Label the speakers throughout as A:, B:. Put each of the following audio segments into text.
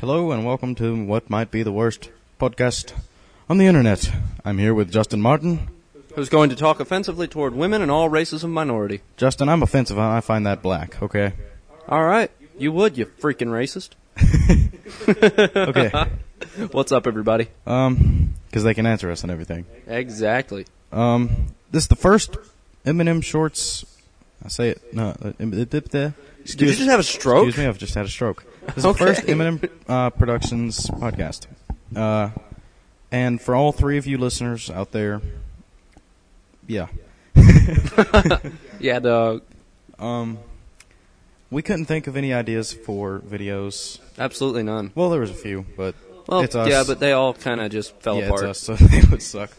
A: Hello and welcome to what might be the worst podcast on the internet. I'm here with Justin Martin.
B: who's going to talk offensively toward women and all races of minority.
A: Justin, I'm offensive and I find that black, okay?
B: All right, you would, you freaking racist.
A: Okay.
B: What's up, everybody?
A: Um, cause they can answer us and everything.
B: Exactly.
A: Um, this is the first Eminem Shorts. I say it. No. uh, em- uh, dip there.
B: Did you just have a stroke?
A: Excuse me, I've just had a stroke. This is the
B: Okay.
A: first Eminem uh, Productions podcast. Uh, and for all three of you listeners out there, yeah.
B: Yeah, dog.
A: Um, we couldn't think of any ideas for videos.
B: Absolutely none.
A: Well, there was a few, but
B: Well,
A: it's us.
B: yeah, but they all kind of just fell
A: yeah,
B: apart.
A: it's us, so they would suck.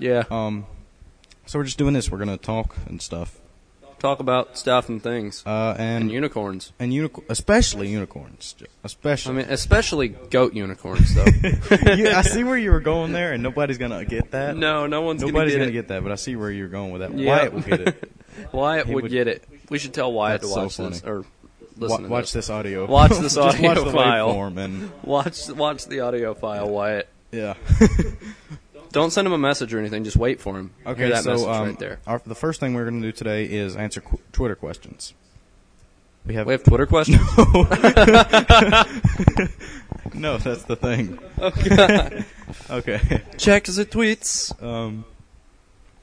B: Yeah.
A: Um, so we're just doing this. We're gonna talk and stuff.
B: Talk about stuff and things
A: Uh, and
B: and unicorns.
A: and unic- especially unicorns, Ju-
B: I
A: especially.
B: mean, especially goat unicorns, though.
A: you, I see where you were going there, and nobody's gonna get that.
B: no, no one's
A: nobody's
B: gonna
A: gonna
B: get
A: get that. But I see where you're going with that.
B: Yeah.
A: Wyatt will get it.
B: it. Wyatt
A: He
B: would,
A: would-
B: get it. We should tell Wyatt to
A: That's so
B: watch this
A: funny.
B: or
A: Wa-
B: listen. to
A: watch this audio.
B: Watch this
A: Just
B: audio
A: watch the
B: file.
A: waveform and
B: Watch watch the audio file, Wyatt.
A: yeah.
B: Don't send him a message or anything. Just wait for him.
A: Okay,
B: Hear that
A: so
B: message
A: um,
B: right there.
A: Our, the first thing we're gonna do today is answer qu- Twitter questions. We have
B: We have Twitter questions.
A: no. That's the thing. Okay.
B: Check the tweets.
A: Um,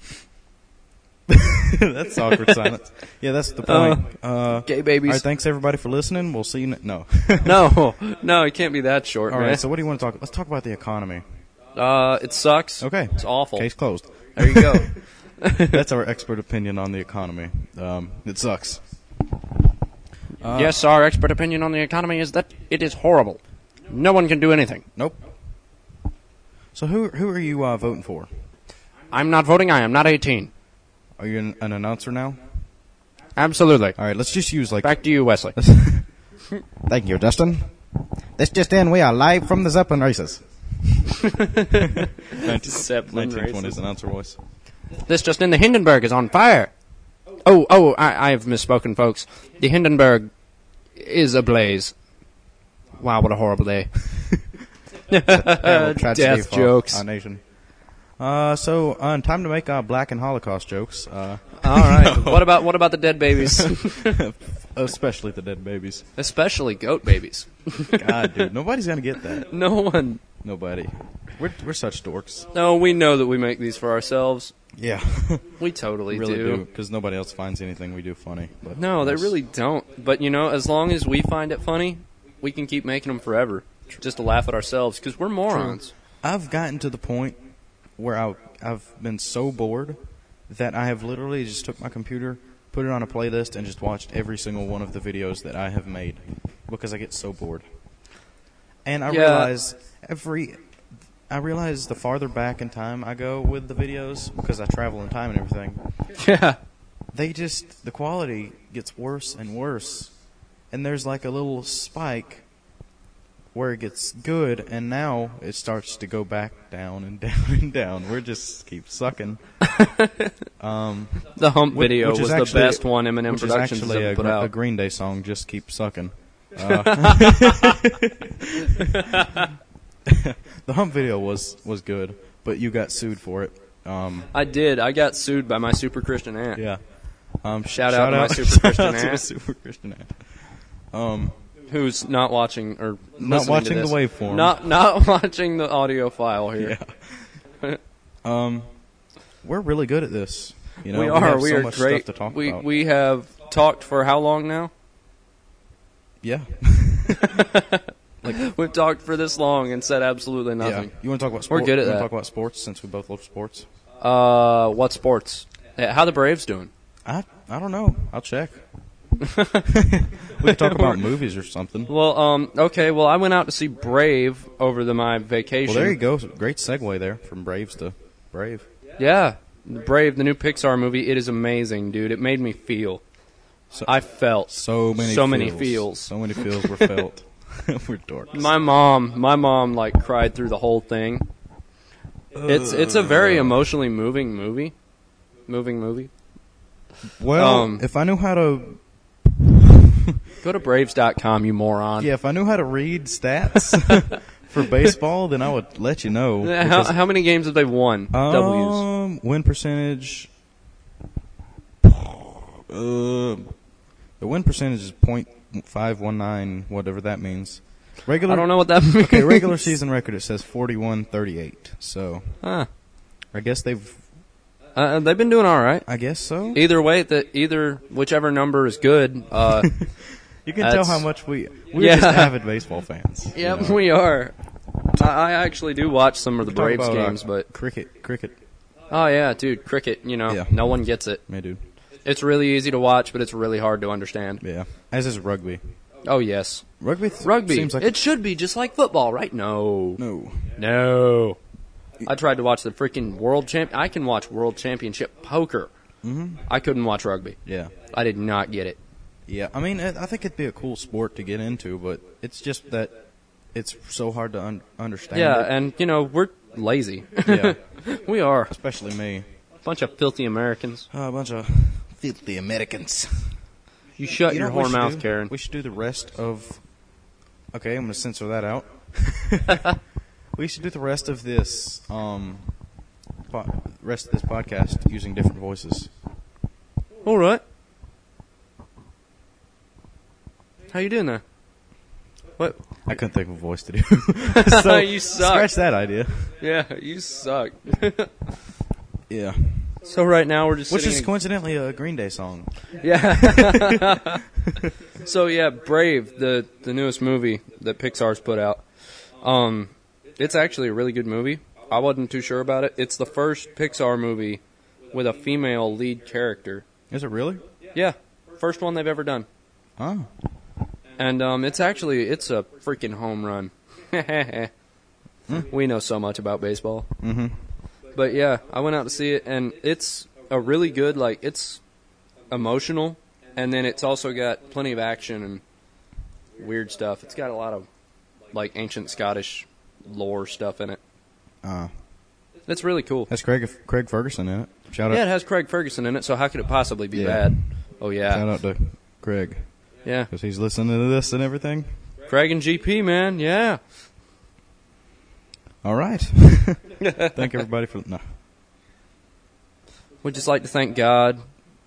A: that's awkward silence. Yeah, that's the point. Uh,
B: Gay
A: all
B: babies.
A: right, thanks everybody for listening. We'll see you. Ne- no.
B: no, no, it can't be that short,
A: all
B: man.
A: right. So what do you want to talk? Let's talk about the economy.
B: uh, it sucks.
A: Okay.
B: it's awful.
A: Case closed.
B: There you go.
A: That's our expert opinion on the economy. Um, it sucks.
B: yes, our expert opinion on the economy is that it is horrible. No one can do anything.
A: Nope. So who who are you uh, voting for?
B: I'm not voting. I am not 18.
A: Are you an, an announcer now?
B: Absolutely.
A: All right. Let's just use like.
B: Back to you, Wesley.
A: Thank you, Dustin. This just in, we are live from the Zeppelin races.
B: Zeppelin
A: 1920s announcer voice.
B: This just in: the Hindenburg is on fire. Oh, oh, I, I've misspoken, folks. The Hindenburg is ablaze. Wow, what a horrible day.
A: terrible tragedy
B: Uh, death
A: for
B: jokes.
A: Our nation. Uh, so uh, time to make uh, black and Holocaust jokes, uh,
B: All right. What about what about the dead babies,
A: especially the dead babies.
B: especially goat babies?
A: God, dude, nobody's gonna get that.
B: No one.
A: Nobody. We're we're such dorks.
B: No, we know that we make these for ourselves.
A: Yeah,
B: We totally
A: really
B: do.
A: do. Because nobody else finds anything we do funny. But
B: No, they
A: us.
B: really don't. But you know, as long as we find it funny, we can keep making them forever, just to laugh at ourselves because we're morons.
A: I've gotten to the point where I, I've been so bored that I have literally just took my computer, put it on a playlist, and just watched every single one of the videos that I have made because I get so bored. And I
B: Yeah.
A: realize every. I realize the farther back in time I go with the videos, because I travel in time and everything,
B: Yeah.
A: they just the quality gets worse and worse and there's like a little spike where it gets good and now it starts to go back down and down and down we're just keep sucking um
B: The hump
A: Which-
B: video
A: which is
B: was
A: actually-
B: the best one Eminem
A: which is
B: Productions has
A: actually
B: ever
A: a,
B: put
A: gr- a
B: out.
A: green day song just keep sucking uh, the hump video was was good but you got sued for it um
B: I did. I got sued by my super Christian aunt.
A: yeah um
B: Shout out to my super
A: shout
B: Christian
A: out to my
B: aunt.
A: super christian aunt um
B: who's not watching or listening to
A: watching the
B: this.
A: waveform.
B: Not not watching the audio file here.
A: Um, we're really good at this. You know,
B: we are.
A: have
B: We,
A: so
B: are
A: much
B: great.
A: stuff to talk
B: we
A: about.
B: we have talked for how long now?
A: yeah,
B: We've talked for this long and said absolutely
A: yeah.
B: nothing.
A: You want to talk about sports?
B: We're good at
A: you wanna
B: that.
A: Talk about sports since we both love sports.
B: Uh, what sports? Uh, How the Braves doing?
A: I I don't know. I'll check. we could talk about movies or something.
B: Well, um, okay. Well, I went out to see Brave over the my vacation.
A: Well, there you go. Great segue there from Braves to Brave.
B: Yeah, Brave, the new Pixar movie. It is amazing, dude. It made me feel.
A: So-
B: I felt.
A: So many,
B: So
A: feels.
B: many feels.
A: so many feels were felt. we're dorks.
B: My mom, my mom, like cried through the whole thing. It's it's a very emotionally moving movie, moving movie.
A: well,
B: um,
A: if I knew how to
B: Go to Braves.com, you moron.
A: Yeah, if I knew how to read stats for baseball, then I would let you know.
B: Uh, How,
A: because-
B: how many games have they won? W's.
A: Um, win percentage. Uh, the win percentage is point five one nine, whatever that means. Regular.
B: I don't know what that means.
A: Okay, regular season record it says forty one thirty eight. So
B: Huh.
A: I guess they've.
B: Uh, they've been doing all right.
A: I guess so.
B: Either way, the either whichever number is good. Uh,
A: You can tell
B: That's-
A: how much we we're
B: Yeah.
A: just avid baseball fans. you
B: yep,
A: know.
B: we are. I, I actually do watch some of the
A: Talk
B: Braves
A: about, uh,
B: games, but
A: cricket, cricket,
B: oh yeah, dude, cricket. You know,
A: Yeah.
B: no one gets it.
A: yeah, dude,
B: It's really easy to watch, but it's really hard to understand.
A: yeah. As is rugby.
B: Oh yes,
A: Rugby. th-
B: rugby.
A: seems like
B: it should be just like football, right? No,
A: no.
B: no. I tried to watch the freaking world champ. I can watch world championship poker.
A: Mhm.
B: I couldn't watch rugby.
A: Yeah.
B: I did not get it.
A: Yeah, I mean, it, I think it'd be a cool sport to get into, but it's just that it's so hard to un- understand.
B: yeah,
A: it.
B: and you know we're lazy.
A: yeah,
B: we are
A: especially me.
B: a bunch of filthy Americans.
A: Uh, a bunch of filthy Americans.
B: You shut
A: You know
B: your
A: what we
B: whore
A: should
B: mouth,
A: do?
B: Karen.
A: We should do the rest of. Okay, I'm gonna censor that out. we should do the rest of this, um, po- rest of this podcast using different voices.
B: All right. How you doing there? What?
A: I couldn't think of a voice to do. so
B: You suck.
A: Scratch that idea.
B: Yeah, you suck.
A: Yeah,
B: so right now we're just
A: which is
B: sitting
A: coincidentally a Green Day song.
B: in- yeah. so yeah, Brave, the the newest movie that Pixar's put out. Um, it's actually a really good movie. I wasn't too sure about it. It's the first Pixar movie with a female lead character.
A: Is it really?
B: Yeah, first one they've ever done.
A: Oh,
B: And um, it's actually it's a freaking home run. we know so much about baseball.
A: mm-hmm.
B: But yeah, I went out to see it, and it's a really good like it's emotional, and then it's also got plenty of action and weird stuff. It's got a lot of like ancient Scottish lore stuff in it.
A: Uh,
B: That's really cool.
A: That's Craig Craig Ferguson in it. Shout
B: Yeah,
A: out,
B: it has Craig Ferguson in it, so how could it possibly be
A: Yeah.
B: bad? Oh
A: shout
B: yeah,
A: out to Craig
B: yeah.
A: because he's listening to this and everything.
B: Craig and GP man, yeah.
A: All right, thank everybody for no.
B: We'd just like to thank God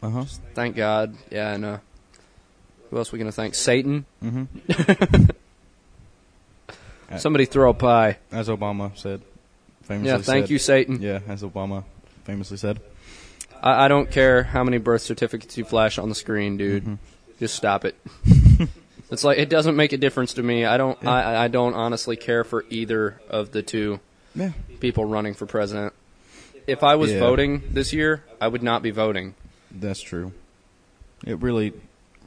A: Uh
B: Uh-huh.
A: huh.
B: Thank God. Yeah, and uh, who else we gonna thank? Satan.
A: hmm
B: Somebody throw a pie.
A: As Obama said, famously.
B: Yeah, thank
A: said-
B: you, Satan.
A: Yeah, as Obama famously said.
B: I, I don't care how many birth certificates you flash on the screen, dude. Just stop it. it's like it doesn't make a difference to me. I don't. I, I- I don't honestly care for either of the two
A: Yeah.
B: people running for president. If I was
A: Yeah.
B: voting this year, I would not be voting.
A: That's true. It really,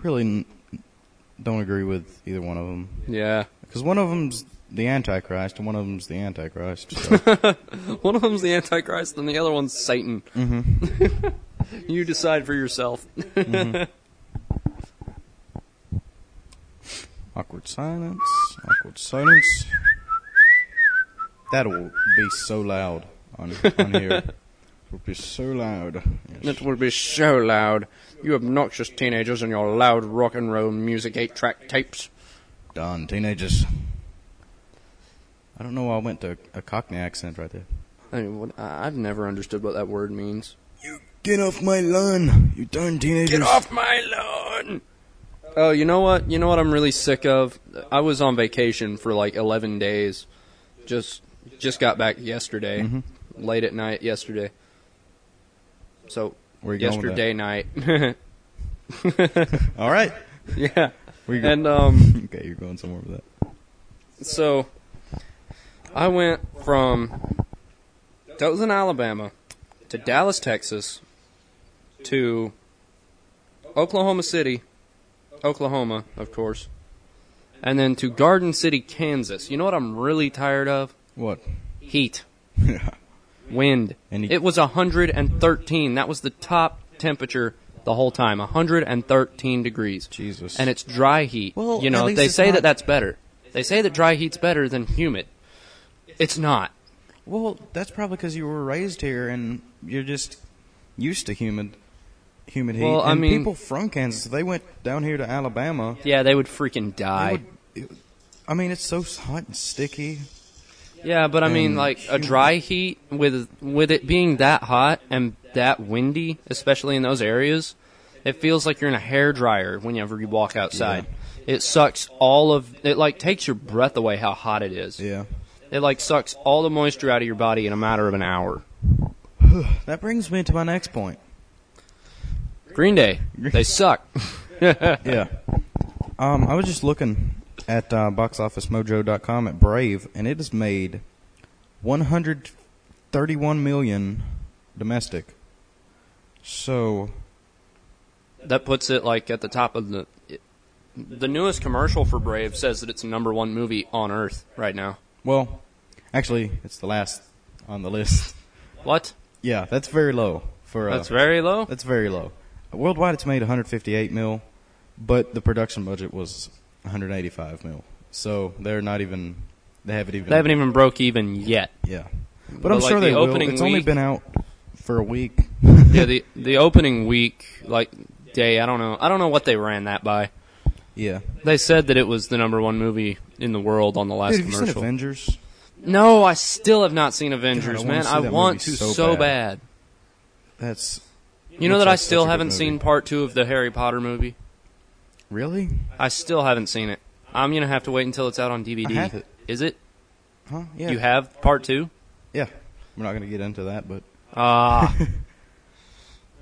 A: really n- don't agree with either one of them
B: Yeah,
A: because one of them's the Antichrist and one of them's the Antichrist. So.
B: one of them's the Antichrist, and the other one's Satan.
A: hmm
B: You decide for yourself.
A: Awkward silence. Awkward silence. That will be so loud on, on here. It will be so loud. Yes.
B: It will be so loud. You obnoxious teenagers and your loud rock and roll music eight track tapes.
A: Done, teenagers. I don't know why I went to a Cockney accent right there.
B: I mean, what, I- I've never understood what that word means.
A: Get off my lawn, you darn teenagers.
B: Get off my lawn! Oh, you know what? You know what I'm really sick of? I was on vacation for like 11 days. Just just got back yesterday.
A: Mhm.
B: Late at night yesterday. So,
A: Where you going with
B: yesterday night.
A: that? All right.
B: yeah.
A: Where you go-
B: And um
A: okay, you're going somewhere with that.
B: So, I went from Dothan, Alabama, to Dallas, Texas, to Oklahoma City, Oklahoma, of course, and then to Garden City, Kansas. You know what I'm really tired of?
A: What?
B: Heat,
A: yeah.
B: wind.
A: And you-
B: It was 113. That was the top temperature the whole time, 113 degrees
A: Jesus.
B: and it's dry heat.
A: Well,
B: you
A: at
B: know,
A: least
B: they
A: it's
B: say
A: not-
B: that that's better. They say that dry heat's better than humid. It's not.
A: well, that's probably because you were raised here and you're just used to humid. humid heat.
B: Well, I
A: and
B: mean-
A: people from Kansas, if they went down here to Alabama.
B: Yeah, they would freaking
A: I,
B: die.
A: would, it, would- I mean, it's so hot and sticky.
B: yeah, but I mean,
A: and
B: like a
A: humid.
B: dry heat with with it being that hot and that windy, especially in those areas, it feels like you're in a hair dryer whenever you walk outside. It sucks all of it. Like takes your breath away how hot it is.
A: Yeah.
B: It like sucks all the moisture out of your body in a matter of an hour.
A: That brings me to my next point.
B: Green Day, they suck.
A: Yeah. Um, I was just looking at uh, boxofficemojo.com at Brave, and it has made 131 million domestic. So
B: That puts it like at the top of the. It, the newest commercial for Brave says that it's the number one movie on Earth right now.
A: Well, actually, it's the last on the list.
B: What?
A: Yeah, that's very low for uh,
B: That's very low.
A: that's very low. Worldwide, it's made 158 mil, but the production budget was 185 mil. So they're not even they haven't even
B: They haven't even broke even yet.
A: yeah. But,
B: But
A: I'm
B: like
A: sure
B: the
A: they will.
B: opening
A: It's only
B: week-
A: been out for a week.
B: yeah, the the opening week like day, I don't know. I don't know what they ran that by.
A: Yeah.
B: They said that it was the number one movie in the world on the last
A: Dude, have you seen
B: commercial.
A: Avengers?
B: no, I still have not seen Avengers,
A: wanna
B: man.
A: see
B: I
A: that
B: want
A: movie
B: to
A: so
B: so,
A: bad.
B: bad.
A: That's
B: You know
A: Looks
B: that I
A: like such a
B: still
A: good
B: haven't
A: movie.
B: seen part 2 of the Harry Potter movie.
A: really
B: I still haven't seen it. I'm going to have to wait until it's out on DVD.
A: I have it.
B: Is it?
A: huh? Yeah.
B: You have part 2?
A: yeah. We're not going to get into that, but
B: Ah.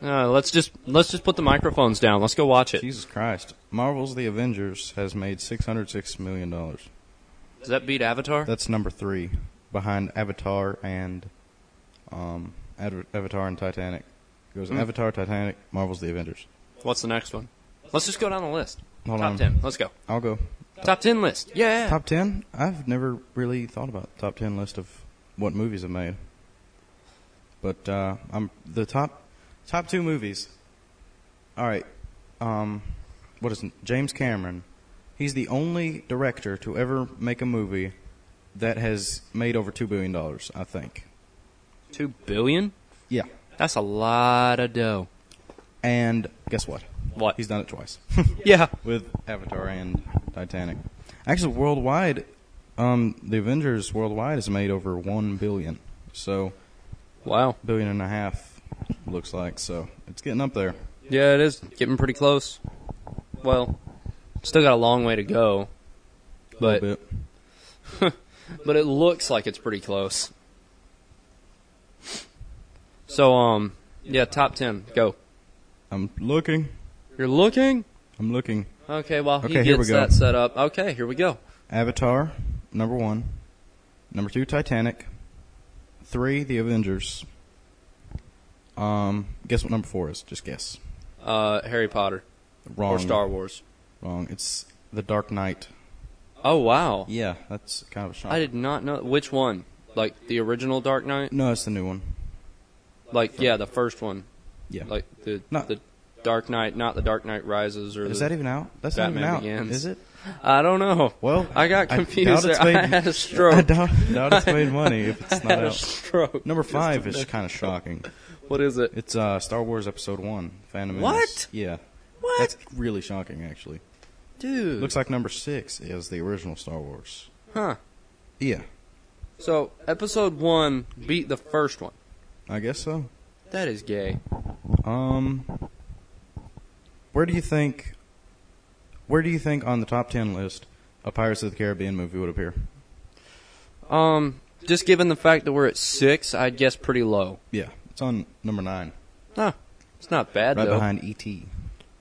B: Uh, let's just let's just put the microphones down. Let's go watch it.
A: Jesus Christ, Marvel's The Avengers has made 606 million dollars.
B: Does that beat Avatar?
A: That's number three, behind Avatar and um, Ad- Avatar and Titanic. It goes
B: Hmm.
A: Avatar, Titanic, Marvel's The Avengers.
B: What's the next one? Let's just go down the list.
A: Hold
B: top
A: on,
B: 10. Let's go.
A: I'll go
B: Top 10 list. Yeah.
A: top ten. I've never really thought about top ten list of what movies have made, but uh, I'm the top top two movies. All right, um, what is it? James Cameron? He's the only director to ever make a movie that has made over two billion dollars. I think.
B: 2 billion?
A: Yeah.
B: That's a lot of dough.
A: And guess what?
B: What?
A: He's done it twice
B: yeah.
A: with Avatar and Titanic. Actually, worldwide, um, the Avengers worldwide has made over one billion. So
B: Wow.
A: billion and a half looks like. So it's getting up there.
B: Yeah, it is getting pretty close. Well, still got a long way to go.
A: a little
B: But
A: bit.
B: but it looks like it's pretty close. So um yeah, top 10. Go.
A: I'm looking.
B: You're looking?
A: I'm looking.
B: Okay, well, he
A: Okay, here we
B: gets
A: go.
B: that set up. Okay, here we go.
A: Avatar, number one. Number two, Titanic. Three, The Avengers. Um, guess what number four is? Just guess.
B: Uh Harry Potter
A: Wrong.
B: or Star Wars.
A: Wrong. It's The Dark Knight.
B: Oh wow.
A: Yeah, that's kind of a shock.
B: I did not know which one. Like the original Dark Knight?
A: No, it's the new one.
B: Like yeah, the first one.
A: Yeah.
B: Like the
A: Not-
B: the Dark Knight, not the Dark Knight Rises or
A: is
B: the,
A: that even out? That's
B: Batman
A: not even out.
B: Begins.
A: Is it?
B: I don't know.
A: Well,
B: I got
A: Oh, I doubt
B: confused. there.
A: it's
B: I,
A: made-
B: had a
A: I
B: stroke.
A: doubt, doubt it's made money if it's
B: I
A: not
B: had a
A: out.
B: stroke.
A: Number
B: Just
A: five
B: a
A: is
B: minute.
A: kind of shocking.
B: What is it?
A: It's uh, Star Wars Episode One: Phantom Menace.
B: What?
A: Yeah,
B: What?
A: that's really shocking. Actually,
B: Dude.
A: looks like number six is the original Star Wars.
B: huh.
A: Yeah,
B: So, episode 1 beat the first one.
A: I guess so.
B: That is gay.
A: Um, where do you think? Where do you think on the top ten list a Pirates of the Caribbean movie would appear?
B: Um just given the fact that we're at 6, I'd guess pretty low.
A: Yeah, it's on number nine,
B: Huh. It's not bad
A: right
B: though.
A: behind E E.T.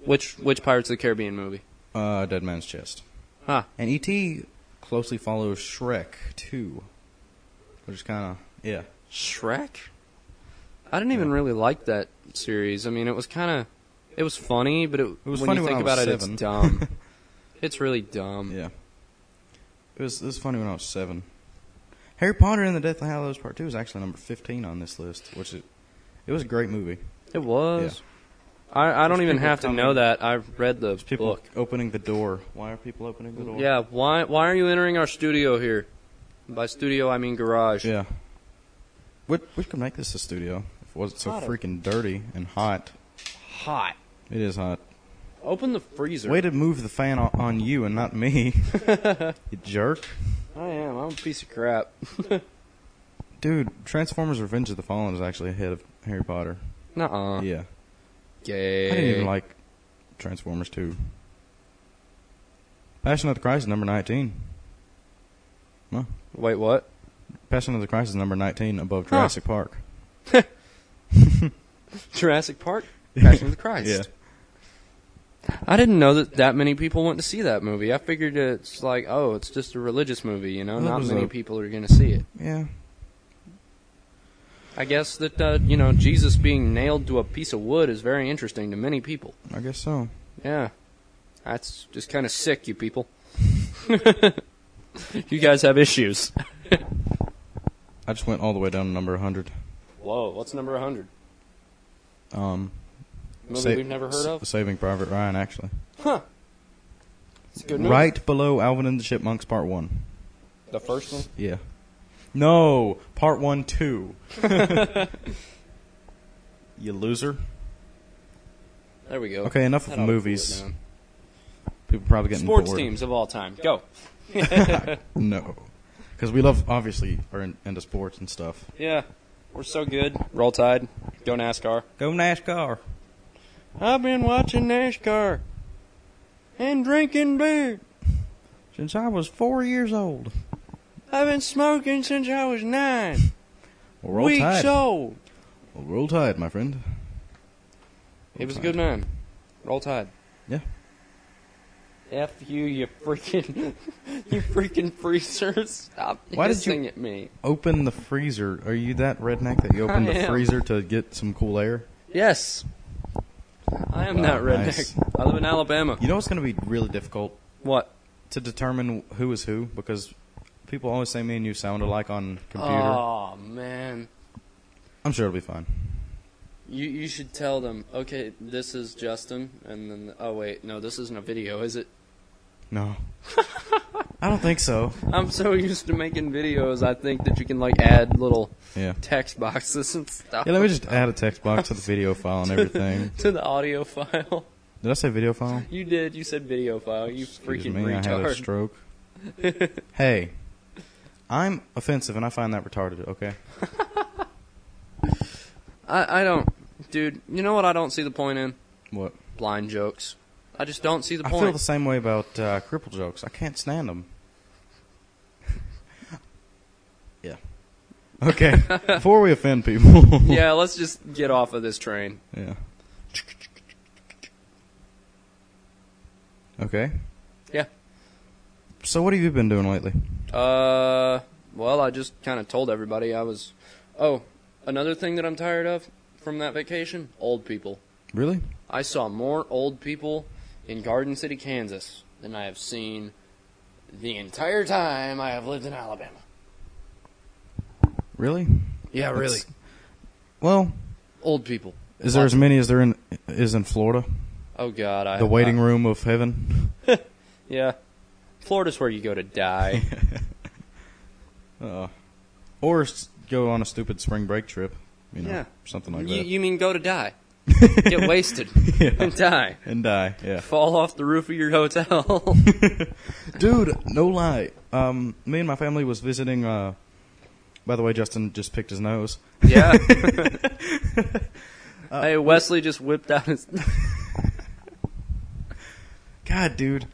B: Which which Pirates of the Caribbean movie?
A: Uh, Dead Man's Chest.
B: Huh.
A: And E.T. closely follows Shrek too, which is kind of yeah.
B: Shrek? I didn't even really like that series. I mean, it was kind of it was funny, but it,
A: It was
B: when
A: funny
B: you
A: when
B: think
A: I was
B: about it,
A: seven.
B: it's dumb. it's really dumb.
A: Yeah. It was, it was funny when I was seven. Harry Potter and the Deathly Hallows Part 2 is actually number 15 on this list, which is, it was a great movie.
B: It was. I, I don't
A: There's
B: even
A: people
B: have to
A: coming.
B: know that. I read the
A: People
B: book.
A: opening the door. Why are people opening the door?
B: Yeah, why why are you entering our studio here? By studio, I mean garage.
A: Yeah. We, we could make this a studio if it wasn't so
B: Hotter.
A: freaking dirty and hot.
B: hot.
A: It is hot.
B: Open the freezer.
A: Way to move the fan o- on you and not me. you jerk.
B: I am. I'm a piece of crap.
A: Dude, Transformers Revenge of the Fallen is actually ahead of Harry Potter.
B: Nuh-uh.
A: Yeah.
B: Gay.
A: I didn't
B: Eh.
A: even like Transformers 2. Passion of the Christ is number 19.
B: Wait, what?
A: Passion of the Christ is number 19 above
B: Huh.
A: Jurassic Park.
B: Jurassic Park? Passion of the Christ.
A: Yeah.
B: I didn't know that that many people went to see that movie. I figured it's like, oh, it's just a religious movie, you know?
A: Well, that
B: Not
A: was
B: many
A: a-
B: people are going to see it.
A: Yeah.
B: I guess that, uh, you know, Jesus being nailed to a piece of wood is very interesting to many people.
A: I guess so.
B: Yeah. That's just kind of sick, you people. you guys have issues.
A: I just went all the way down to number 100.
B: Whoa, what's number 100?
A: Um,
B: Movie
A: sa-
B: we've never heard
A: s-
B: of?
A: Saving Private Ryan, actually.
B: Huh. It's a good movie.
A: Right below Alvin and the Chipmunks Part 1.
B: The first one?
A: Yeah. No, Part 1 2. you loser.
B: There we go.
A: Okay, enough
B: Oh,
A: of
B: That oughta cool it
A: movies.
B: down.
A: People probably getting
B: Sports
A: bored.
B: teams of all time. Go.
A: No. Because we love, obviously, are in, into sports and stuff.
B: Yeah. We're so good. Roll Tide. Go NASCAR.
A: Go NASCAR.
B: I've been watching NASCAR and drinking beer.
A: Since I was four years old.
B: I've been smoking since I was nine
A: Well, roll tide.
B: old.
A: Well, roll tide, my friend.
B: He was a good man. Roll Tide.
A: Yeah.
B: F you, you freaking, you freaking freezer! Stop
A: Why did you-
B: hissing at me.
A: Open the freezer. Are you that redneck that you open
B: I
A: the
B: am.
A: freezer to get some cool air?
B: Yes, I am
A: Wow,
B: not redneck.
A: nice.
B: I live in Alabama.
A: You know it's going to be really difficult
B: What?
A: to determine who is who because people always say me and you sound alike on computer.
B: Oh man,
A: I'm sure it'll be fine.
B: you you should tell them. Okay, this is Justin, and then oh wait, no, this isn't a video, is it?
A: No. I don't think so.
B: I'm so used to making videos. I think that you can like add little
A: Yeah.
B: text boxes and stuff.
A: Yeah, let me just add a text box to the video file and everything.
B: to the audio file.
A: Did I say video file?
B: You did. You said video file. You
A: Excuse
B: freaking
A: me,
B: retard.
A: I had a stroke. hey, I'm offensive, and I find that retarded. Okay,
B: I, I don't, dude. You know what? I don't see the point in
A: what?
B: blind jokes. I just don't see the
A: I
B: point.
A: feel the same way about uh, cripple jokes. I can't stand them. yeah. Okay. Before we offend people.
B: yeah, let's just get off of this train.
A: Yeah. Okay.
B: Yeah.
A: So what have you been doing lately?
B: Uh, well, I just kind of told everybody I was. Oh, another thing that I'm tired of from that vacation: old people.
A: Really?
B: I saw more old people in Garden City, Kansas, than I have seen the entire time I have lived in Alabama.
A: Really?
B: Yeah,
A: That's-
B: really,
A: Well,
B: old people.
A: is there as many as there in is in Florida?
B: Oh God, I
A: The waiting
B: I-
A: room of heaven.
B: Yeah, Florida's where you go to die.
A: Uh, or s- go on a stupid spring break trip. You know,
B: Yeah.
A: something like
B: you,
A: that.
B: you mean go to die? Get wasted and die.
A: and die. Yeah.
B: Fall off the roof of your hotel.
A: Dude, no lie. Um, me and my family was visiting. Uh, by the way, Justin just picked his nose.
B: yeah.
A: Uh,
B: hey, Wesley just whipped out his.
A: God, dude.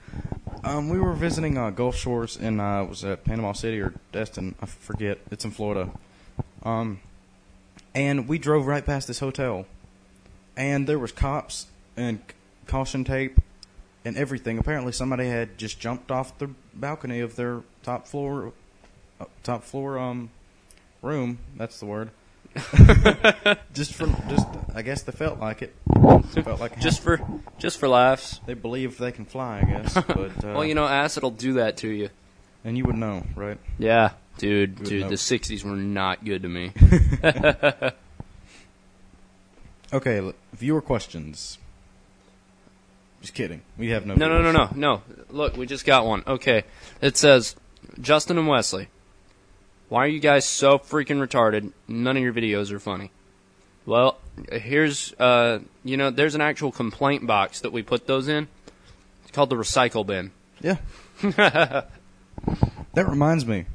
A: Um, we were visiting uh, Gulf Shores in uh, was at Panama City or Destin, I forget. It's in Florida. Um, and we drove right past this hotel, and there was cops and c- caution tape and everything. Apparently, somebody had just jumped off the balcony of their top floor, uh, top floor um, room. That's the word. just from just, I guess they felt like it. Felt like
B: just for, just for laughs.
A: they believe they can fly, I guess. But uh,
B: well, you know, acid'll do that to you.
A: and you would know, right?
B: Yeah, dude,
A: Good
B: dude,
A: note.
B: the '60s were not good to me.
A: Okay, l- viewer questions. Just kidding. We have no.
B: No, no, no,
A: viewers.
B: no, no. Look, we just got one. Okay, it says, Justin and Wesley, why are you guys so freaking retarded? None of your videos are funny. Well, here's uh, you know, there's an actual complaint box that we put those in. It's called the recycle bin.
A: Yeah. that reminds me.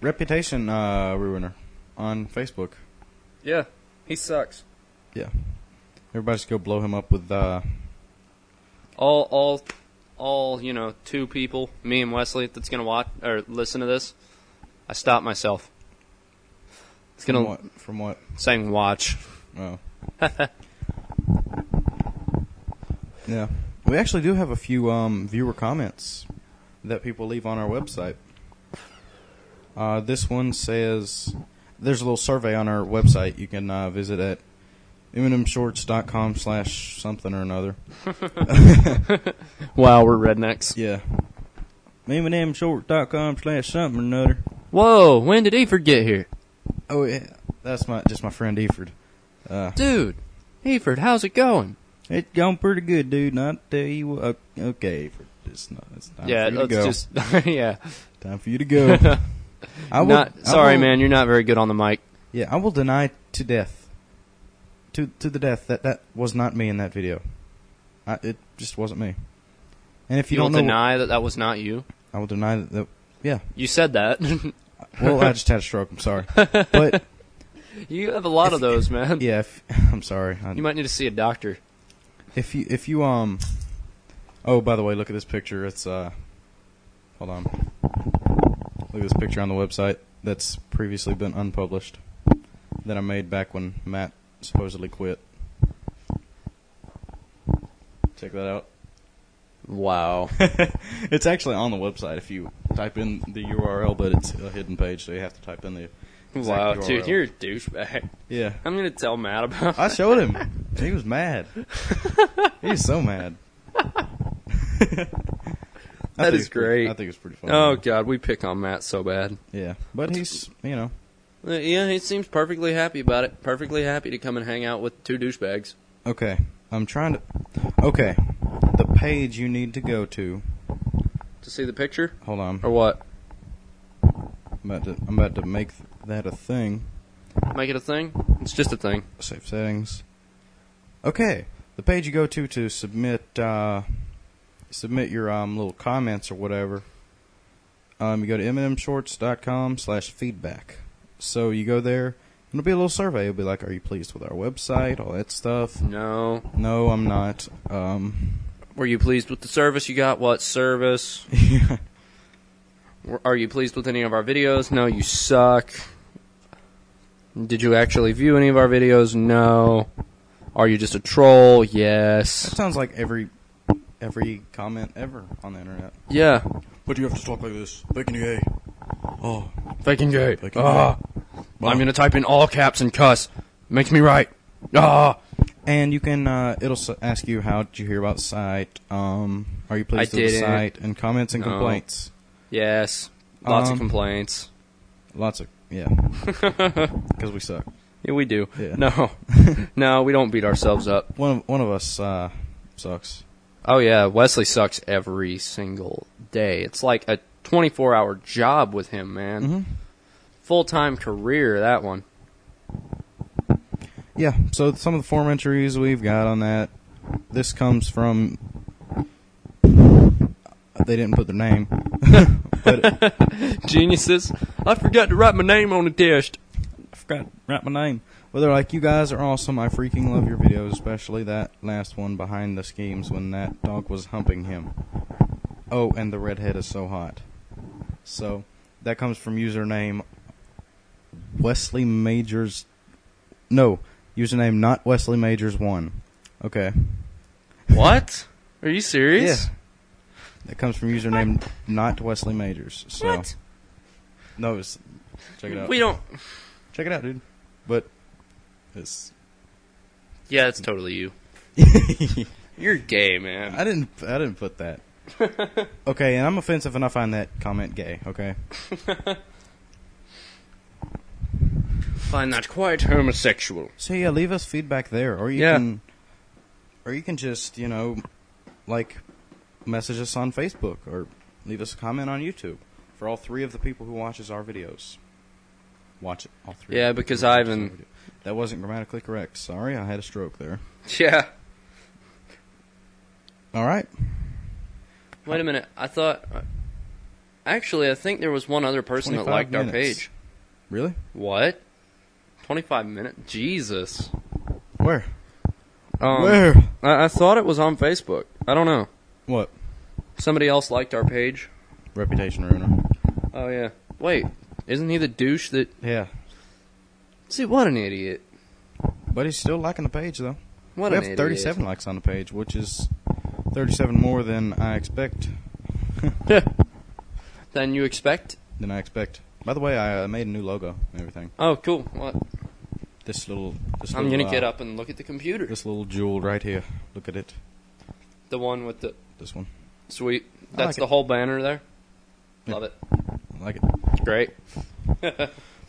A: Reputation uh, ruiner on Facebook.
B: Yeah, he sucks.
A: Yeah. Everybody should go blow him up with uh,
B: All, all, all. You know, two people, me and Wesley, that's gonna watch or listen to this. I stopped myself. It's
A: from
B: gonna
A: what? From what?
B: saying watch.
A: Oh. yeah. We actually do have a few um, viewer comments that people leave on our website. Uh, this one says there's a little survey on our website you can uh, visit at eminemshorts.com slash something or another.
B: Wow, we're rednecks.
A: Yeah. eminemshorts.com slash something or another.
B: Whoa, when did Eford get here,
A: Oh, yeah. That's my just my friend Eford. Uh,
B: dude? Eford, how's it going?
A: It's going pretty good, dude. Not tell you what. o- Okay, for, it's not. It's time
B: yeah,
A: for Uh, you to
B: let's
A: go.
B: just yeah.
A: time for you to go. I will,
B: not sorry,
A: I will-
B: man. You're not very good on the mic.
A: Yeah, I will deny to death, to to the death that that was not me in that video. I, it just wasn't me. And if you
B: You'll
A: don't know,
B: deny that that was not you.
A: I will deny that. that yeah.
B: You said that.
A: Well, I just had a stroke. I'm sorry, but
B: you have a lot of those, man.
A: yeah, if, I'm sorry. I,
B: You might need to see a doctor.
A: If you if you um oh by the way, look at this picture. It's uh hold on. Look at this picture on the website that's previously been unpublished that I made back when Matt supposedly quit. Check that out.
B: Wow.
A: it's actually on the website if you type in the URL, but it's a hidden page, so you have to type in the exact
B: wow,
A: URL.
B: dude, you're a douchebag.
A: yeah.
B: I'm gonna tell Matt about.
A: I showed him. He was mad. he was so mad. I think
B: is
A: it's pretty-
B: great.
A: I think it's pretty funny.
B: Oh God, we pick on Matt so bad.
A: yeah, but he's you know
B: Uh, Yeah, he seems perfectly happy about it. Perfectly happy to come and hang out with two douchebags.
A: okay. I'm trying to. Okay, the page you need to go to.
B: To see the picture
A: Hold on,
B: or what?
A: I'm about to, I'm about to make that a thing.
B: Make it a thing. It's just a thing.
A: Save settings. Okay, the page you go to to submit uh, submit your um, little comments or whatever. Um, you go to mnmshorts.com slash feedback. So you go there, and it'll be a little survey. It'll be like, are you pleased with our website, all that stuff.
B: No.
A: No, I'm not. Um,
B: Were you pleased with the service you got? What service? Were- Are you pleased with any of our videos? No, you suck. Did you actually view any of our videos? No. Are you just a troll?
A: that
B: Yes.
A: sounds like every every comment ever on the internet.
B: Yeah.
A: But you have to talk like this. Bacon yay. Oh,
B: Faking gay.
A: Faking
B: Ah. I'm gonna type in all caps and cuss. Makes me right. Ah.
A: And you can uh, it'll s- ask you how did you hear about the site? Um, are you pleased
B: I
A: with the
B: didn't.
A: site? And comments and
B: No.
A: complaints.
B: Yes. Lots
A: Um,
B: of complaints.
A: Lots of yeah, because we suck.
B: Yeah, we do.
A: Yeah.
B: No. no, we don't beat ourselves up.
A: One of one of us uh, sucks.
B: Oh yeah, Wesley sucks every single day. It's like a 24-hour job with him, man.
A: Mhm.
B: Full-time career that one.
A: Yeah. So some of the form entries we've got on that. This comes from. They didn't put their name, but I
B: Geniuses. I forgot to write my name on the test.
A: forgot to write my name. Well, they're like, "You guys are awesome. I freaking love your videos, especially that last one behind the schemes when that dog was humping him." Oh, and the redhead is so hot. So that comes from username Wesley Majors. No, username not Wesley Majors one. Okay.
B: What? Are you serious?
A: That comes from username not Wesley Majors. So
B: What?
A: no, it's, check it out.
B: We don't.
A: check it out, dude. But it's
B: Yeah, it's totally you. You're gay, man.
A: I didn't I didn't put that. okay, and I'm offensive and I find that comment gay. Okay.
B: find that quite homosexual.
A: So yeah, leave us feedback there, or you
B: Yeah.
A: can, or you can just you know, like, message us on Facebook or leave us a comment on YouTube for all three of the people who watches our videos. watch it all three.
B: Yeah, because
A: episodes.
B: Ivan-
A: That wasn't grammatically correct. Sorry, I had a stroke there.
B: Yeah.
A: All right.
B: Wait a minute. I thought. uh, Actually, I think there was one other person that
A: 25
B: liked our
A: minutes.
B: page.
A: Really?
B: What? 25 minutes? Jesus.
A: Where?
B: Um,
A: Where?
B: I-, I thought it was on Facebook. I don't know.
A: What?
B: Somebody else liked our page.
A: Reputation ruiner.
B: Oh, yeah. Wait. Isn't he the douche that.
A: Yeah.
B: See, what an idiot.
A: But he's still liking the page though.
B: What
A: we
B: an
A: have
B: idiot.
A: 37 likes on the page, which is 37 more than I expect.
B: Then you expect.
A: Than I expect. By the way, I uh, made a new logo and everything.
B: Oh, cool. What?
A: This little. This
B: I'm
A: little,
B: gonna get
A: uh,
B: up and look at the computer.
A: This little jewel right here. Look at it.
B: The one with the
A: This one.
B: sweet.
A: I
B: That's
A: like
B: the
A: it.
B: whole banner there.
A: Yeah.
B: Love it.
A: I like it.
B: Great.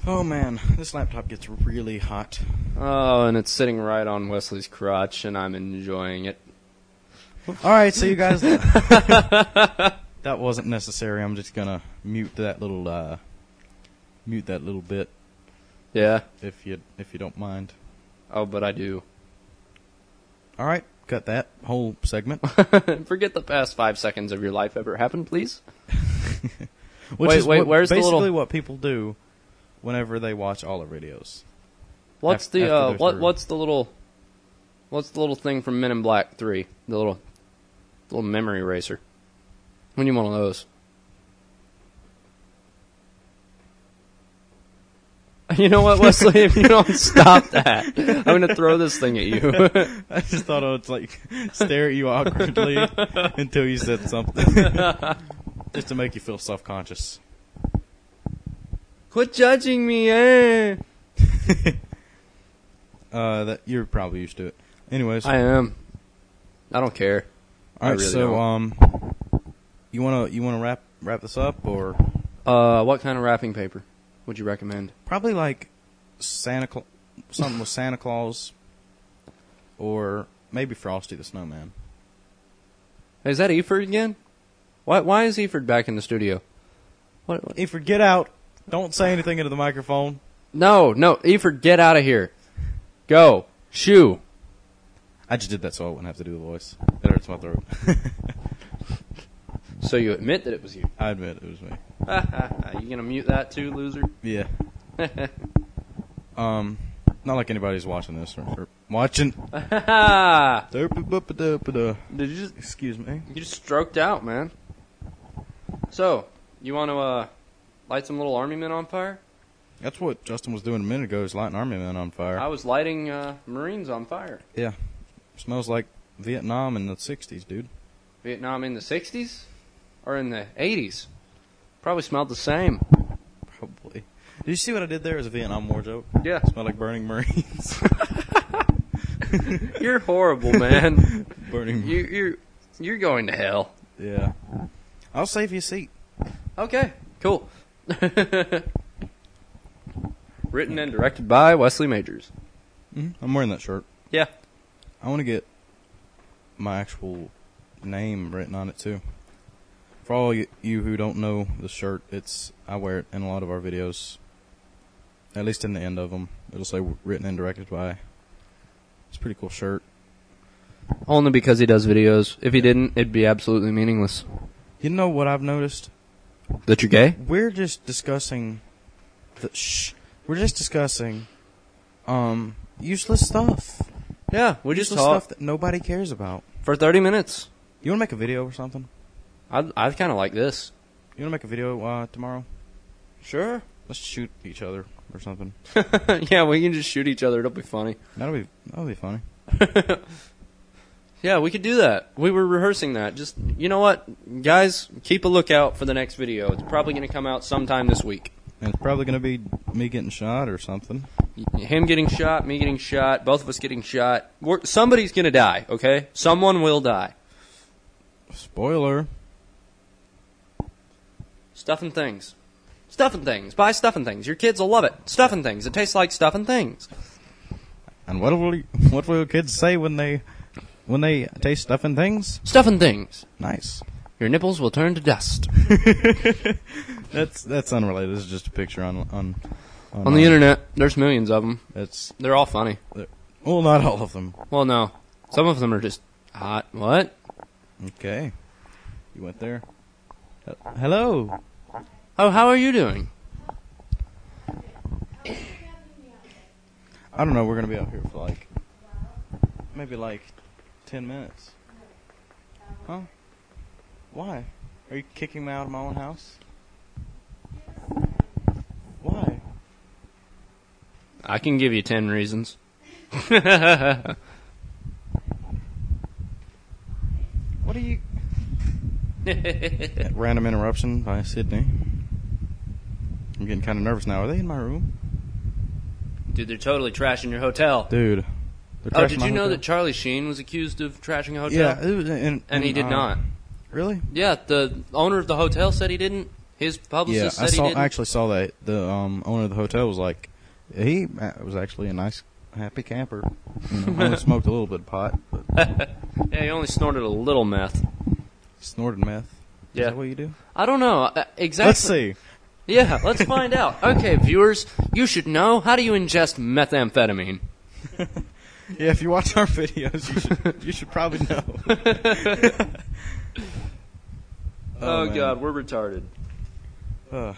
A: Oh man, this laptop gets really hot.
B: Oh, and it's sitting right on Wesley's crotch, and I'm enjoying it.
A: All right, so you guys. that wasn't necessary. I'm just gonna mute that little. Uh, mute that little bit
B: Yeah.
A: if you if you don't mind.
B: Oh, but I do.
A: All right, cut that whole segment.
B: Forget the past five seconds of your life ever happened, please.
A: Which
B: Wait,
A: is
B: wait,
A: what-
B: where's the
A: basically
B: little-
A: what people do whenever they watch all our videos.
B: What's
A: Af-
B: the
A: after
B: uh,
A: they're
B: what?
A: through.
B: What's the little? What's the little thing from Men in Black Three? The little, little memory eraser. We need one of those. You know what, Wesley? if you don't stop that, I'm gonna throw this thing at you.
A: I just thought I would like stare at you awkwardly until you said something, just to make you feel self conscious.
B: Quit judging me, eh?
A: Uh, that you're probably used to it. Anyways,
B: I am. I don't care.
A: all right.
B: really
A: so,
B: don't.
A: um, you wanna you wanna wrap wrap this up or
B: Uh, what kind of wrapping paper would you recommend?
A: probably like Santa Claus, something with Santa Claus, or maybe Frosty the Snowman.
B: Is that Eford again? Why why is Eford back in the studio? What, what?
A: If you get out, don't say anything into the microphone.
B: No, no, Eford, get out of here. Go. Shoo.
A: I just did that so I wouldn't have to do the voice. It hurts my throat.
B: So you admit that it was you.
A: I admit it was me.
B: you gonna mute that too, loser?
A: Yeah. um, not like anybody's watching this or, or watching.
B: Did
A: Derp-a-bup-a-dup-a-duh.
B: you just
A: Excuse me.
B: you just stroked out, man. So, you wanna uh light some little army men on fire?
A: That's what Justin was doing a minute ago. Is lighting army men on fire.
B: I was lighting uh Marines on fire.
A: Smells like Vietnam in the '60s, dude.
B: Vietnam in the sixties? Or in the eighties? Probably smelled the same.
A: Probably. Did you see what I did there? It was a Vietnam War joke.
B: Yeah.
A: Smell like burning Marines.
B: You're horrible, man.
A: burning.
B: You you you're going to hell.
A: yeah. I'll save you a seat.
B: Okay, cool. Written and directed by Wesley Majors.
A: Mhm. I'm wearing that shirt.
B: Yeah.
A: I want to get my actual name written on it too. For all you, you who don't know the shirt, it's I wear it in a lot of our videos. At least in the end of them, it'll say written and directed by. It's a pretty cool shirt.
B: Only because he does videos. If he didn't, it'd be absolutely meaningless.
A: You know what I've noticed?
B: That you're gay?
A: We're just discussing the shh. We're just discussing um useless stuff.
B: Yeah, we just
A: Useless
B: talked
A: stuff that nobody cares about.
B: for 30 minutes.
A: You want to make a video or something?
B: I I kind of like this.
A: You want to make a video uh, tomorrow?
B: Sure.
A: Let's shoot each other or something.
B: yeah, we can just shoot each other. It'll be funny.
A: That'll be that'll be funny.
B: Yeah, we could do that. We were rehearsing that. Just you know what, guys, keep a lookout for the next video. It's probably going to come out sometime this week.
A: And it's probably gonna be me getting shot or something.
B: him getting shot, me getting shot, both of us getting shot. We're, somebody's gonna die, okay? Someone will die.
A: Spoiler.
B: Stuffing things. Stuffing things. Buy stuffing things. Your kids will love it. Stuffing things. It tastes like stuffing things.
A: And what will what will kids say when they when they taste stuff and things?
B: Stuffing things.
A: Nice.
B: Your nipples will turn to dust.
A: That's that's unrelated. This is just a picture on on
B: On the internet, there's millions of them.
A: It's
B: They're all funny.
A: well, not all of them.
B: Well, no, some of them are just hot. What?
A: Okay, you went there. H- Hello.
B: Oh, how are you doing?
A: I don't know. We're gonna be out here for like maybe like ten minutes. Huh? Why? Are you kicking me out of my own house? Why?
B: I can give you ten reasons. I
A: What are you? Random interruption by Sydney. I'm getting kind of nervous now. Are they in my room,
B: Dude, they're totally trashing your hotel.
A: dude? they're
B: Oh,
A: trashing
B: did
A: my
B: you know
A: hotel.
B: that Charlie Sheen was accused of trashing a hotel?
A: Yeah, it was- and,
B: and he did
A: uh,
B: not.
A: Really?
B: Yeah, the owner of the hotel said he didn't. His publicist
A: Yeah,
B: said
A: I saw.
B: he
A: I
B: didn't.
A: actually saw that the um, owner of the hotel was like, he uh, was actually a nice, happy camper. You know, only smoked a little bit of pot, but
B: yeah, he only snorted a little meth.
A: snorted meth.
B: Yeah.
A: Is that what you do?
B: I don't know uh, exactly.
A: Let's see.
B: Yeah, let's find out. Okay, viewers, you should know how do you ingest methamphetamine?
A: Yeah, if you watch our videos, you should you should probably know.
B: Oh,
A: man.
B: God, we're retarded.
A: Uh,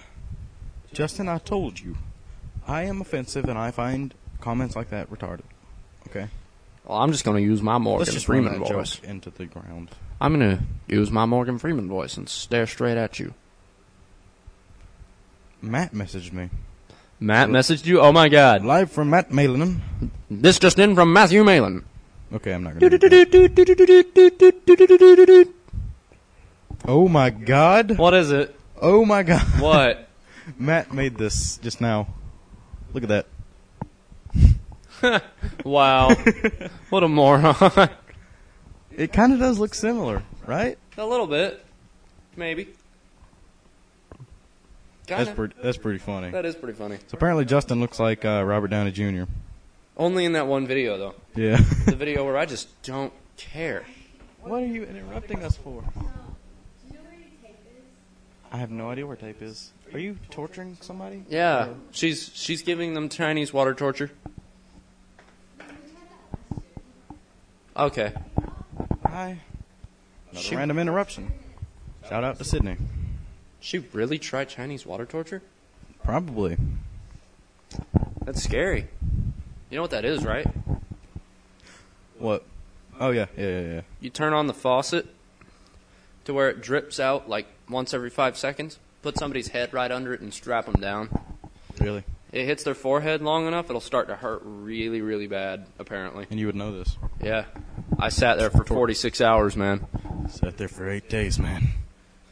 A: Justin, I told you, I am offensive, and I find comments like that retarded. Okay,
B: Well, I'm just gonna use my Morgan
A: let's just run
B: Freeman
A: that
B: voice.
A: joke into the ground.
B: I'm gonna use my Morgan Freeman voice and stare straight at you.
A: Matt messaged me
B: Matt messaged you. Oh my God,
A: live from Matt Malin.
B: this just in from Matthew Malin.
A: Okay, I'm not gonna. do that.
B: What
A: Oh my god!
B: is it?
A: Oh my god!
B: What?
A: Matt made this just now. Look at that.
B: Wow. What a moron.
A: It kind of does look similar, right?
B: A little bit. Maybe.
A: That's
B: Kinda.
A: pretty. That's pretty funny.
B: That is pretty funny.
A: So apparently Justin looks like uh, Robert Downey Jr.
B: Only in that one video, though.
A: Yeah.
B: The video where I just don't care.
A: what are you interrupting us for? I have no idea where tape is. Are you torturing somebody?
B: Yeah, she's she's giving them Chinese water torture. Okay.
A: Hi. Another
B: She-
A: random interruption. Shout out to Sydney.
B: She really tried Chinese water torture?
A: Probably.
B: That's scary. You know what that is, right?
A: What? Oh yeah, yeah, yeah, yeah.
B: You turn on the faucet to where it drips out like once every five seconds. Put somebody's head right under it and strap them down.
A: Really?
B: It hits their forehead long enough, it'll start to hurt really, really bad. Apparently,
A: And you would know this.
B: yeah. I sat there for 46 hours, man.
A: Sat there for eight days, man.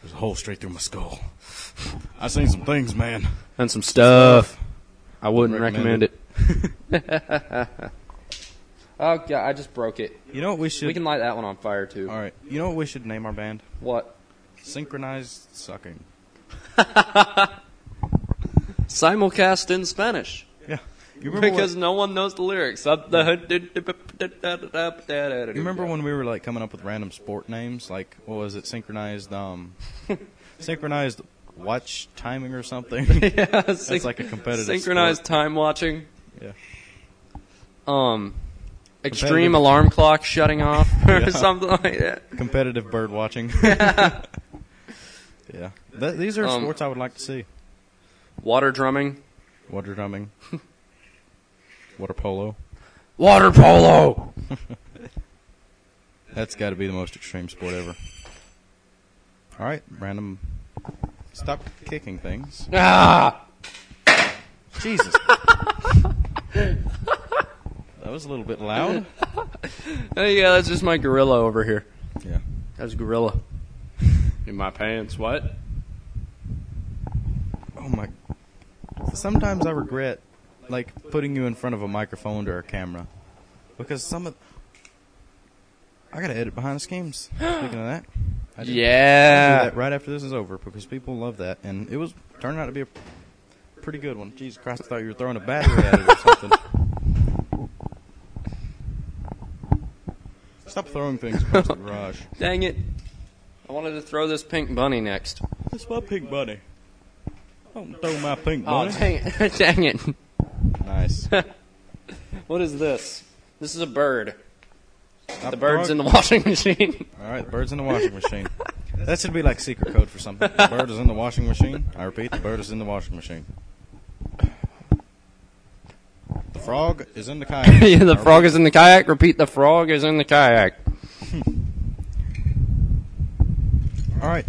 A: There's a hole straight through my skull. I seen some things, man.
B: And some stuff. I wouldn't
A: Recommend
B: recommend it. oh god, I just broke it.
A: You know what we should?
B: We can light that one on fire too.
A: All right. You know what we should name our band?
B: What?
A: Synchronized sucking.
B: Simulcast in Spanish
A: Yeah. You remember
B: because
A: what-
B: no one knows the lyrics. Up the.
A: you remember when we were like coming up with random sport names? Like what was it? Synchronized um, synchronized watch timing or something.
B: yeah, that's
A: like a competitive
B: synchronized time watching.
A: Yeah. Competitive.
B: Um, extreme alarm clock shutting off or
A: Yeah.
B: something like that.
A: Competitive bird watching. yeah. Th- these are
B: Um,
A: sports I would like to see.
B: Water drumming.
A: Water drumming. Water polo.
B: Water polo.
A: That's got to be the most extreme sport ever. All right, random. Stop kicking things.
B: Ah,
A: Jesus. that was a little bit loud.
B: Oh, yeah, that's just my gorilla over here.
A: Yeah.
B: That's gorilla. In my pants. What?
A: Oh my. Sometimes I regret, like, putting you in front of a microphone or a camera, because some of. I gotta edit behind the schemes. Speaking of that, I do. I'll do
B: Yeah.
A: that right after this is over because people love that, and it was turned out to be a pretty good one. Jesus Christ, I thought you were throwing a battery at it or something. Stop throwing things across the garage.
B: Dang it. I wanted to throw this pink bunny next.
A: That's my pink bunny. Don't throw my pink
B: Oh,
A: bunny.
B: dang it. dang it.
A: Nice.
B: What is this? This is a bird.
A: I
B: The bird's
A: broke-
B: in the washing machine.
A: All right, the bird's in the washing machine. That should be like secret code for something. The bird is in the washing machine. I repeat, the bird is in the washing machine. The frog is in the kayak.
B: Yeah, the
A: I
B: frog is in the kayak. Repeat, the frog is in the kayak.
A: repeat. All right.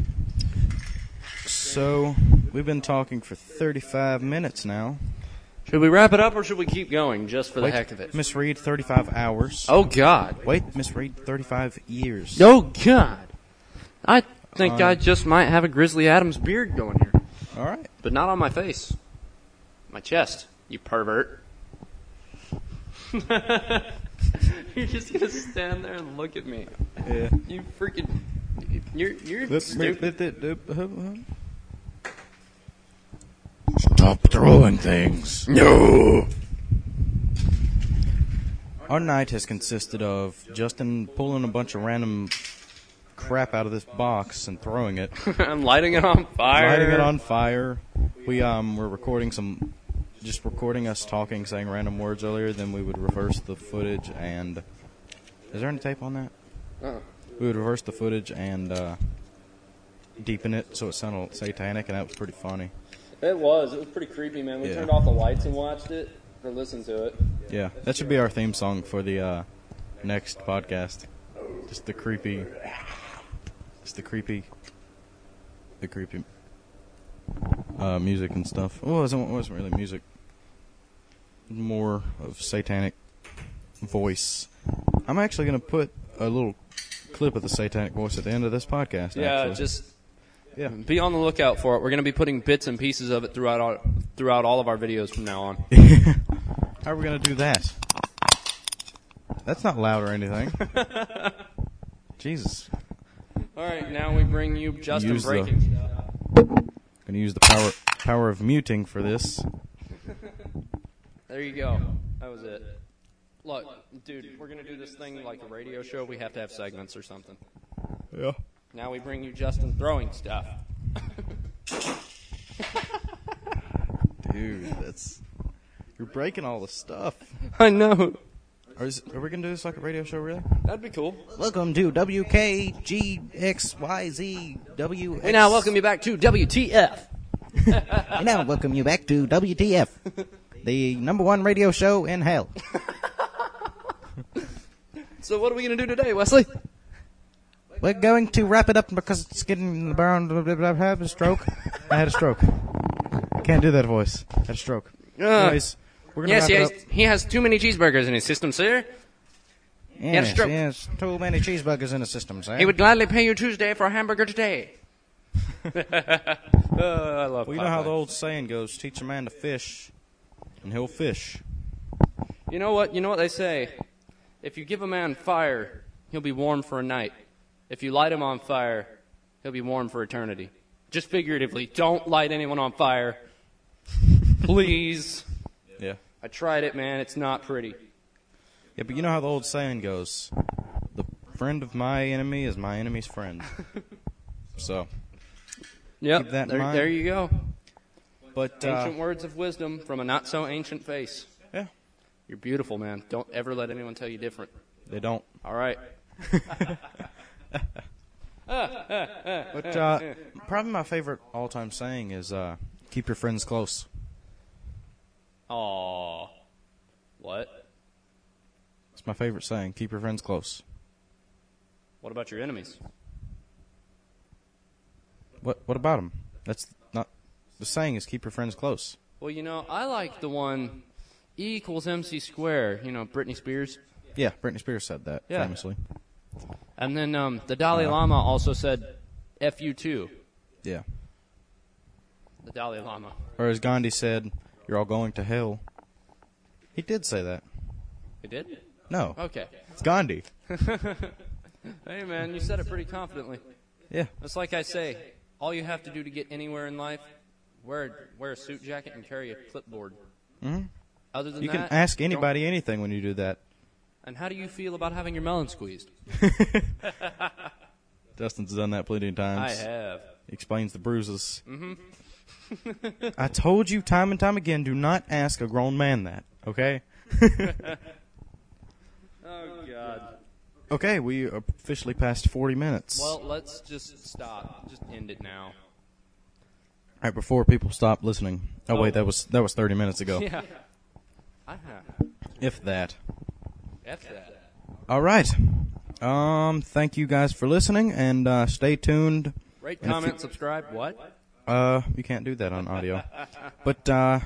A: So we've been talking for 35 minutes now.
B: Should we wrap it up or should we keep going just for the
A: Wait,
B: heck of it?
A: Miss Reed, 35 hours.
B: Oh, God.
A: Wait, Miss Reed, 35 years.
B: Oh, God. I think
A: Uh,
B: I just might have a Grizzly Adams beard going here,
A: All right.
B: but not on my face. My chest, you pervert. You're just gonna stand there and look at me.
A: Yeah.
B: You freaking. You're you're stupid.
A: Stop throwing things. No. Our night has consisted of Justin pulling a bunch of random crap out of this box and throwing it,
B: I'm lighting it on fire.
A: lighting it on fire. We um were recording some, just recording us talking, saying random words earlier. Then we would reverse the footage and. Is there any tape on that?
B: Uh-uh.
A: We would reverse the footage and uh, deepen it so it sounded satanic, and that was pretty funny.
B: It was. It was pretty creepy, man. We
A: Yeah.
B: turned off the lights and watched it or listened to it.
A: Yeah, that should be our theme song for the uh, next podcast. Just the creepy, just the creepy, the creepy uh, music and stuff. Well, it wasn't, it wasn't really music. More of satanic voice. I'm actually gonna put a little clip of the satanic voice at the end of this podcast.
B: Yeah,
A: actually.
B: just
A: yeah.
B: be on the lookout for it. We're going to be putting bits and pieces of it throughout all, throughout all of our videos from now on.
A: How are we gonna do that? That's not loud or anything. Jesus.
B: All right, now we bring you Justin
A: Use the-
B: breaking.
A: Gonna use the power power of muting for this.
B: There you go. That was it. Look, dude, we're going to do this thing like a radio show. We have to have segments or something.
A: Yeah.
B: Now we bring you Justin throwing stuff.
A: Dude, that's you're breaking all the stuff.
B: I know.
A: Are, is, are we gonna do this like a radio show, really?
B: That'd be cool.
A: Welcome to WKGXYZW.
B: We now welcome you back to WTF.
A: We now welcome you back to WTF, the number one radio show in hell.
B: So what are we going to do today, Wesley?
A: We're going to wrap it up because it's getting the brown. I had a stroke. I had a stroke. Can't do that voice. I had a stroke.
B: Yeah.
A: Anyways, we're gonna
B: Uh,
A: wrap
B: yes, he
A: it
B: has,
A: up.
B: he has too many cheeseburgers in his system, sir.
A: Yes,
B: had a stroke.
A: yes. Too many cheeseburgers in the system, sir.
B: He would gladly pay you Tuesday for a hamburger today. uh, Oh, I love
A: Well, you know how the old saying goes: teach a man to fish, and he'll fish.
B: You know what? You know what they say. If you give a man fire, he'll be warm for a night. If you light him on fire, he'll be warm for eternity. Just figuratively, don't light anyone on fire. Please.
A: Yeah.
B: I tried it, man. It's not pretty.
A: Yeah, but you know how the old saying goes: the friend of my enemy is my enemy's friend. so,
B: Yep.
A: Keep that in
B: there,
A: mind.
B: there you go.
A: but uh,
B: Ancient words of wisdom from a not so ancient face.
A: yeah,
B: You're beautiful, man. Don't ever let anyone tell you different.
A: they don't.
B: All right.
A: But uh, probably my favorite all-time saying is uh, "keep your friends close."
B: Aw. What?
A: It's my favorite saying. Keep your friends close.
B: What about your enemies?
A: What? What about them? That's not. The saying is keep your friends close.
B: Well, you know, I like the one E equals MC square, you know, Britney Spears.
A: Yeah, Britney Spears said that
B: Yeah.
A: famously.
B: And then um, the Dalai
A: Uh-huh.
B: Lama also said F you too.
A: Yeah.
B: The Dalai Lama.
A: Or as Gandhi said, "You're all going to hell." He did say that.
B: It did?
A: No,
B: Okay.
A: it's Gandhi.
B: Hey, man, you said it pretty confidently.
A: Yeah,
B: It's like I say, all you have to do to get anywhere in life, wear, wear a suit jacket and carry a clipboard. Mm-hmm. Other than
A: you
B: that,
A: can ask
B: don't-
A: anybody anything when you do that.
B: And how do you feel about having your melon squeezed?
A: Dustin's done that plenty of
B: I
A: times.
B: have.
A: He explains the bruises. Mm-hmm. I told you time and time again, do not ask a grown man that. Okay.
B: Oh God.
A: Okay, we officially passed 40 minutes.
B: Well, let's just stop. Just end it now.
A: All right before people stop listening. Oh, wait, that was that was 30 minutes ago.
B: Yeah. I have.
A: If that.
B: Ah, F that.
A: All right. Um, thank you guys for listening, and uh, stay tuned.
B: Rate,
A: And if
B: comment,
A: you-
B: subscribe. What?
A: Uh, you can't do that on audio, but uh,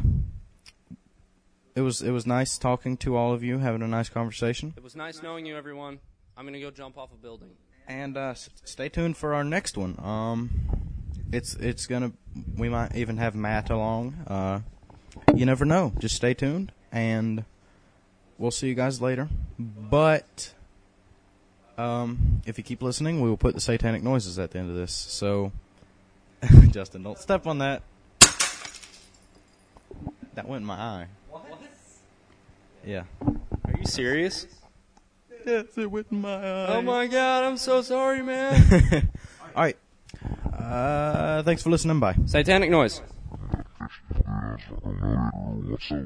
A: it was it was nice talking to all of you, having a nice conversation,
B: It was nice knowing you, everyone. I'm gonna go jump off a building.
A: and uh, s- stay tuned for our next one. Um, it's it's gonna we might even have Matt along. Uh, you never know. Just stay tuned, and we'll see you guys later. But um, if you keep listening, we will put the satanic noises at the end of this. So, Justin, don't step on that. That went in my eye. What? Yeah.
B: Are you serious?
A: Yes, it went in my eye.
B: Oh my God! I'm so sorry, man.
A: All right. Uh, thanks for listening. Bye.
B: Satanic noise.
C: What's up?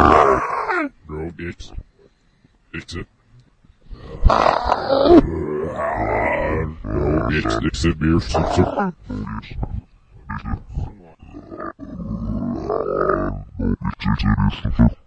C: No, it's it's a no, it's it's a mere symptom. It's a- it's a mere symptom.